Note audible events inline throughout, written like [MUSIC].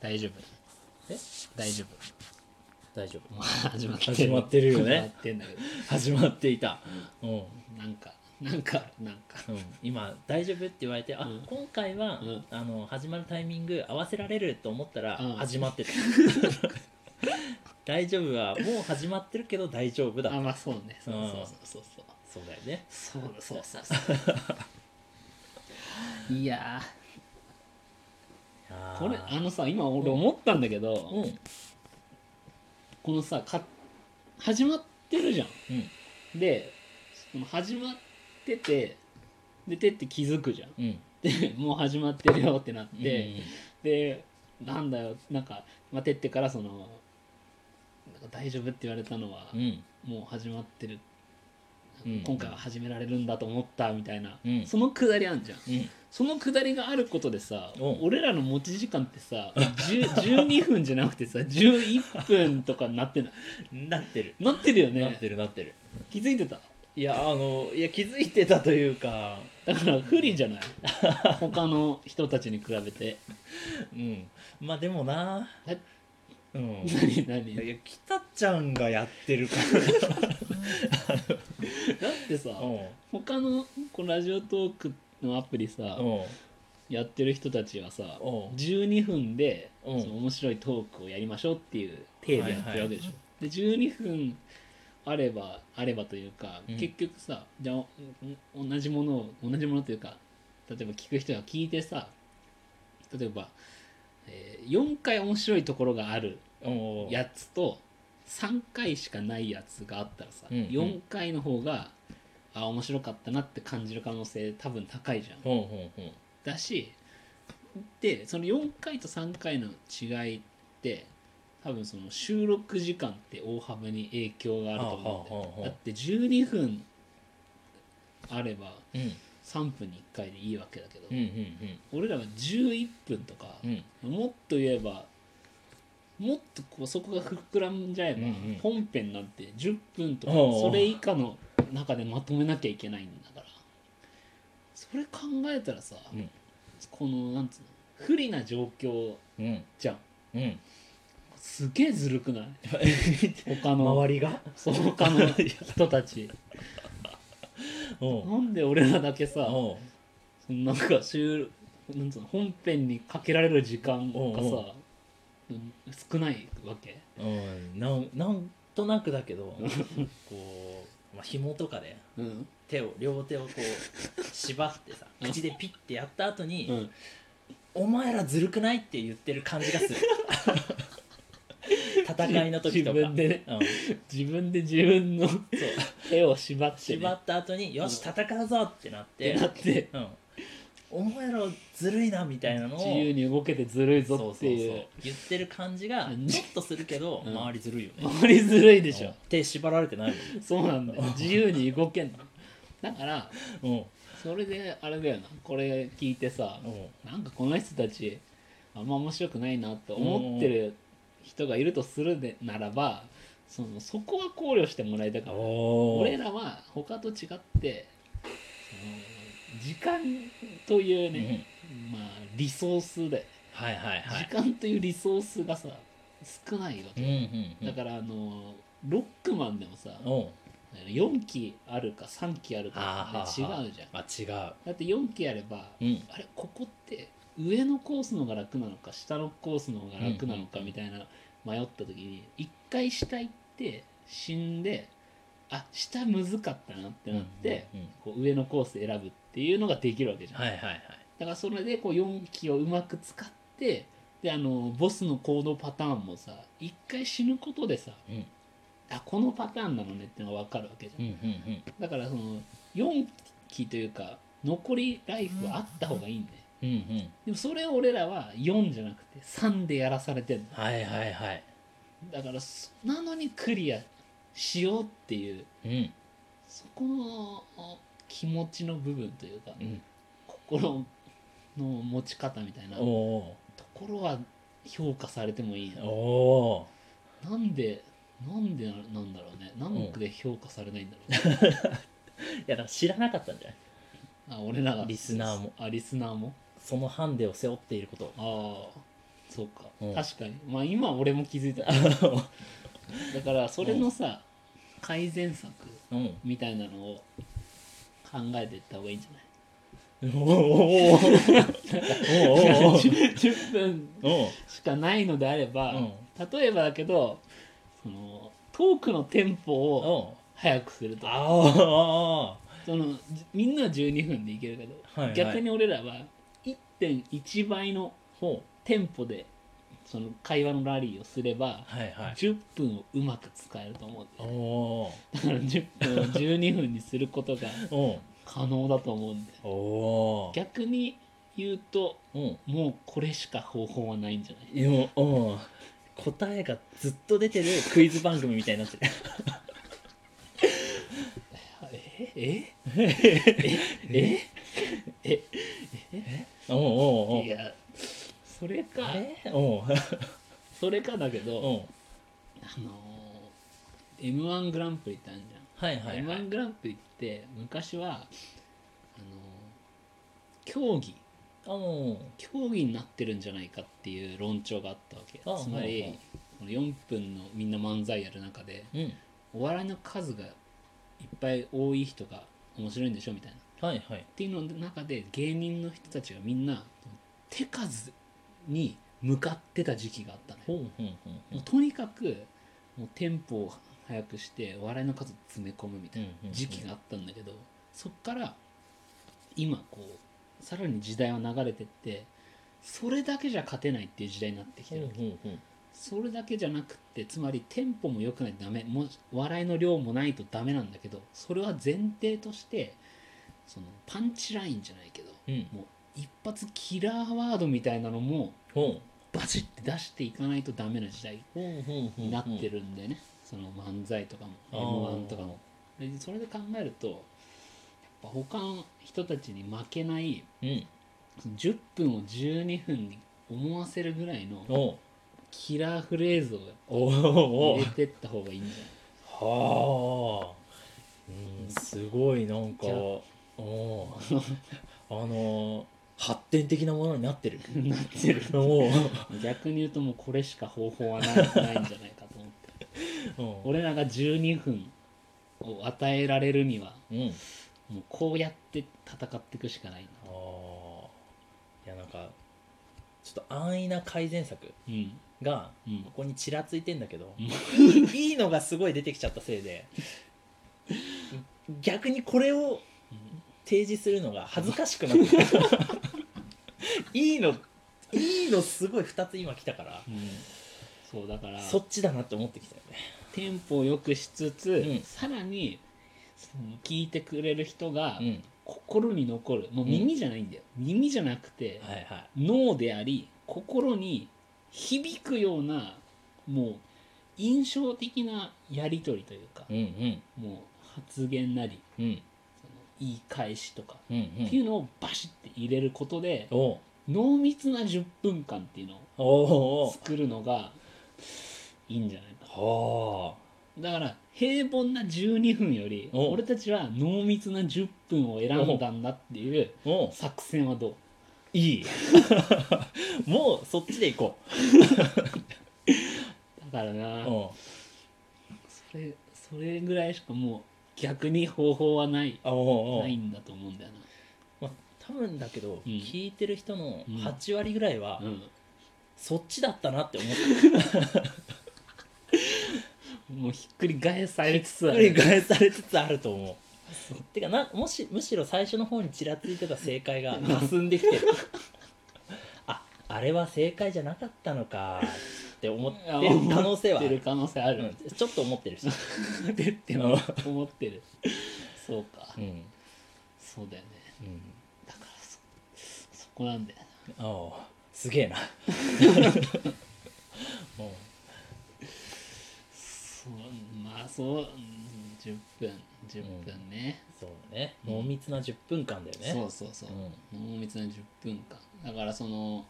大丈夫え大丈大丈夫夫 [LAUGHS] もう始まって始まってるよ始まねってんだけど始まっていた、うんなんかなんかなんかうん今「大丈夫?」って言われてあ、うん今回は、うんあの始まるタイミング合わせられると思ったら、うん始まって [LAUGHS] た大丈夫はもう始まってるけど大丈夫だあまあそうねそううんそうそうそうそうだよねそうそうそうそうそういやーこれあのさ今俺思ったんだけど、うんうんこのさか始まってるじゃんでこの始まっててでてって気づくじゃんうんでもう始まってるよってなって、ででなんだよなんか、まあ、てってからそのなんか大丈夫って言われたのは、うんもう始まってる、うん今回は始められるんだと思ったみたいな、うんそのくだりあんじゃんうんそのくだりがあることでさうん俺らの持ち時間ってさ10 12分じゃなくてさ11分とかになってないなってる、なってるよなっねてるなってる気づいてたいやあのいや気づいてたというかだから不利じゃない他の人たちに比べてうんまあでもなえうん何い何やだいや北ちゃんがやってるかってさらうん他のこのラジオトークのアプリさ、うんやってる人たちはさうん12分で、うんその面白いトークをやりましょうっていう体でやってるわけでしょ、で12分あればあればというか、うん結局さじゃあおん同じものを同じものというか例えば聞く人が聞いてさ例えば、えー4回面白いところがあるうんやつと3回しかないやつがあったらさ、うんうん4回の方があ面白かったなって感じる可能性多分高いじゃん。ほんほんほんだしでその4回と3回の違いって多分その収録時間って大幅に影響があると思うんだよ、はあはあはあだって12分あればうん3分に1回でいいわけだけど、うんうん俺らは11分とか、うんもっと言えばもっとこうそこが膨らんじゃえば、うんうん本編なんて10分とかおうおうそれ以下の中でまとめなきゃいけないんだからそれ考えたらさ、うんこのなんつうの不利な状況うんじゃんうんすげえずるく [LAUGHS] ない他の周りがそう他 [LAUGHS] の人たちうんなんで俺らだけさうんそのなんか収なんつうの本編にかけられる時間おうがおさうん少ないわけうんなんなんとなくだけどこう、まあ、紐とかでうん手を両手をこう縛ってさうん口でピッてやった後に、うんお前らずるくない?」って言ってる感じがする戦いの時とか自分でねうん、自分で自分のそう手を縛って、ね、縛った後に「よし戦うぞ!」ってなってってなってうん、お前らずるいなみたいなのを自由に動けてずるいそぞうっそてういうそう言ってる感じが感じちょっとするけど、うん周りずるいよね回りづらいでしょ手縛られてないそうなんだよ自由に動けんのだからもんそれであれだよなこれ聞いてさうんうんなんかこの人たちあんま面白くないなって思ってる人がいるとするでならばそのそこは考慮してもらいたかったお俺らは他と違ってその時間というね、まあリソースで、はいはいは時い間というリソースがさ少ないわうけ、んうんうんだからあのロックマンでもさおう4期あるか3期あるあーかはで違ーはーうじゃんあ違うだって4期あれば、うんあれここって上のコースの方が楽なのか下のコースの方が楽なのかみたいな迷った時に一回下行って死んであ下むずかったなってなって、うんうんこう上のコース選ぶっていうのができるわけじゃんはいはいはいだからそれでこう4機をうまく使ってであのボスの行動パターンもさ一回死ぬことでさうんあこのパターンなのねってのが分かるわけじゃんうんうんだからその4機というか残りライフはあった方がいいんだようんうんうんでもそれを俺らは4じゃなくて3でやらされてんのはいはいはいだからそなのにクリアしようっていううんそこの気持ちの部分というかうん心の持ち方みたいなおおところは評価されてもいいなおおなんでなんでなんだろうね何億で評価されないんだろ、ーいやだから知らなかったんじゃないあう俺らがリスナーもあリスナーもそのハンデを背負っていることをああそうか、うん確かにまあ今俺も気づいただからそれのさ、改善策うんみたいなのを考えていった方がいいんじゃないおーおーおーおーおーおー10分おーしかないのであれば、うん例えばだけどそのトークのテンポをおー速くするとあーそのじみんなは12分でいけるけど、はいはい逆に俺らは1.1倍のほテンポでその会話のラリーをすればうはいはい10分をうまく使えると思うんだおよねおだから10分を12分にすることがーお可能だと思うんだよーおー逆に言うとうんもうこれしか方法はないんじゃないいやもううん答えがずっと出てるクイズ番組みたいになってるええええおうおうおえういやそれかあれおうそれかだけおどうあの m 1グランプリってあるじゃんはいはい m はい1グランプリって昔はあの競技おう競技になってるんじゃないかっていう論調があったわけあつまはいはりいこの4分のみんな漫才やる中でうんお笑いの数がいっぱい多い人が面白いんでしょみたいなっはいはいていうのの中で芸人の人たちがみんな手数に向かってた時期があったのよほうほうほうもうとにかくもうテンポを速くしてお笑いの数を詰め込むみたいなうん時期があったんだけどそっから今こうさらに時代は流れてってそれだけじゃ勝てないっていう時代になってきてほうるわほけうほうそれだけじゃなくってつまりテンポも良くないとダメもし笑いの量もないとダメなんだけどそれは前提としてそのパンチラインじゃないけどうんもう一発キラーワードみたいなのもほうバチッて出していかないとダメな時代ほうほうほうになってるんでね、その漫才とかもあ m ー1とかもでそれで考えるとやっぱ他の人たちに負けないうんその10分を12分に思わせるぐらいのおうキラーフレーズおうをおう入れてった方がいいんじおうはあうんすごいなんかじゃあおうあのー発展的なものに [LAUGHS] なってるゃないなってるおう [LAUGHS] 逆に言うともうこれしか方法はないないんじゃないかと思っておう俺らが12分を与えられるにはうんもうこうやって戦っていくしかないなあーいやなんかちょっと安易な改善策うんがうんここにちらついてんだけどうんいいのがすごい出てきちゃったせいで逆にこれを提示するのが恥ずかしくなってきたいいのいいのすごい2つ今来たからうんそうだからそっちだなって思ってきたよねテンポを良くしつつ、うんさらにその聞いてくれる人がうん心に残る、もう耳じゃないんだよ、耳じゃなくて、はいはい脳であり心に響くようなもう印象的なやり取りというか、うんうんもう発言なりうんその言い返しとか、うんうっていうんのをバシッて入れることでおう濃密な10分間っていうのおうおをう作るのがいいんじゃないかおうだから平凡な12分よりお俺たちは濃密な10分を選んだんだっていうおう作戦はどういいもうそっちで行こだからうなおうそれそれぐらいしかもう逆に方法はないあおうおうないんだと思うんだよなまあ、多分だけど、うん聞いてる人のうん8割ぐらいは、うそっちだったなって思ってんもうひっくり返されつつあ繰りる返されつつあると [LAUGHS] 思う。てかなもしむしろ最初の方にちらついてた正解が霞んできてるああれは正解じゃなかったのかって思ってる可能性はあ思ってるる、可能性あるうんちょっと思ってるし、思ってっても思ってるそうかうんそうだよねうん、だからそそこなんだよなおうすげえな [LAUGHS] おうそうまあそううん10分10分ね、そうだね濃密な10分間だよねそうそうそう、濃密な10分間だからその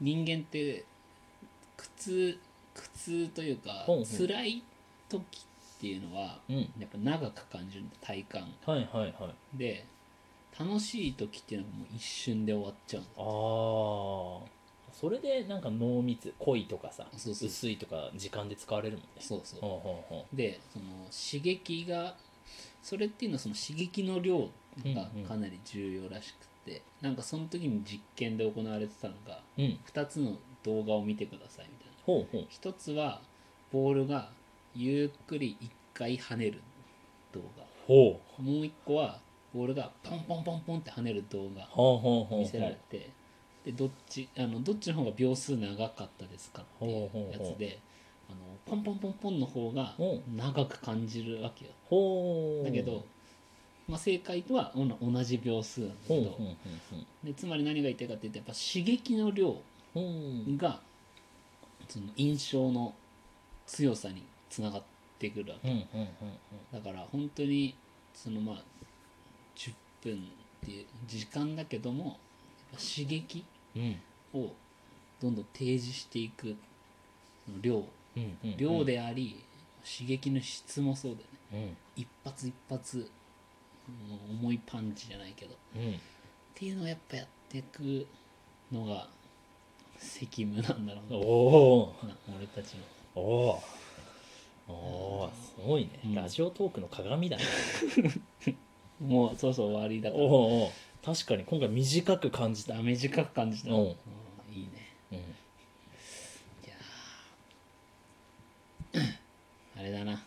人間って苦痛苦痛というかほうほう辛い時っていうのはうん、うん、やっぱ長く感じるんだ体感はいはいはいで楽しい時っていうのはもう一瞬で終わっちゃうんだああそれでなんか濃密濃いとかさそうそう薄いとか時間で使われるもんねそうそうほうほうほでその刺激がそれっていうのはその刺激の量がうんうんかなり重要らしくて、なんかその時に実験で行われてたのがううん2つの動画を見てくださいみたいなほうほう一つはボールがゆっくり1回跳ねる動画ほうもう1個はボールがポンポンポンポンって跳ねる動画ほうほうほうほう見せられてでどっちあのどっちの方が秒数長かったですかっていうやつであのポンポンポンポンの方がうん長く感じるわけよほうだけど、まあ、正解とはおな同じ秒数なんだほけうほうどほうでつまり何が言いたいかって言うとやっぱ刺激の量ほううんがその印象の強さにつながってくるわうけんうんうんだから本当にそのまあ10分っていう時間だけどもやっぱ刺激うんうんをどんどん提示していくその量うんうん量であり、刺激の質もそうだよねうん一発一発うん重いパンチじゃないけどっうんていうのをやっぱやっていくのが責務なんだろうおなおな俺たちのおおおーすごいね、うんラジオトークの鏡 [LAUGHS] だねもうそろそろ終わりだからおおお確かに今回短く感じた、ダメージかく感じた、うんうんいいねうん、いやーあれだな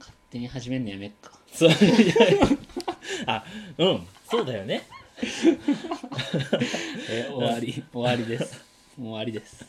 勝手に始めるのやめっかそういやいやあうんそうだよね [LAUGHS] え終わり終わりですもう終わりです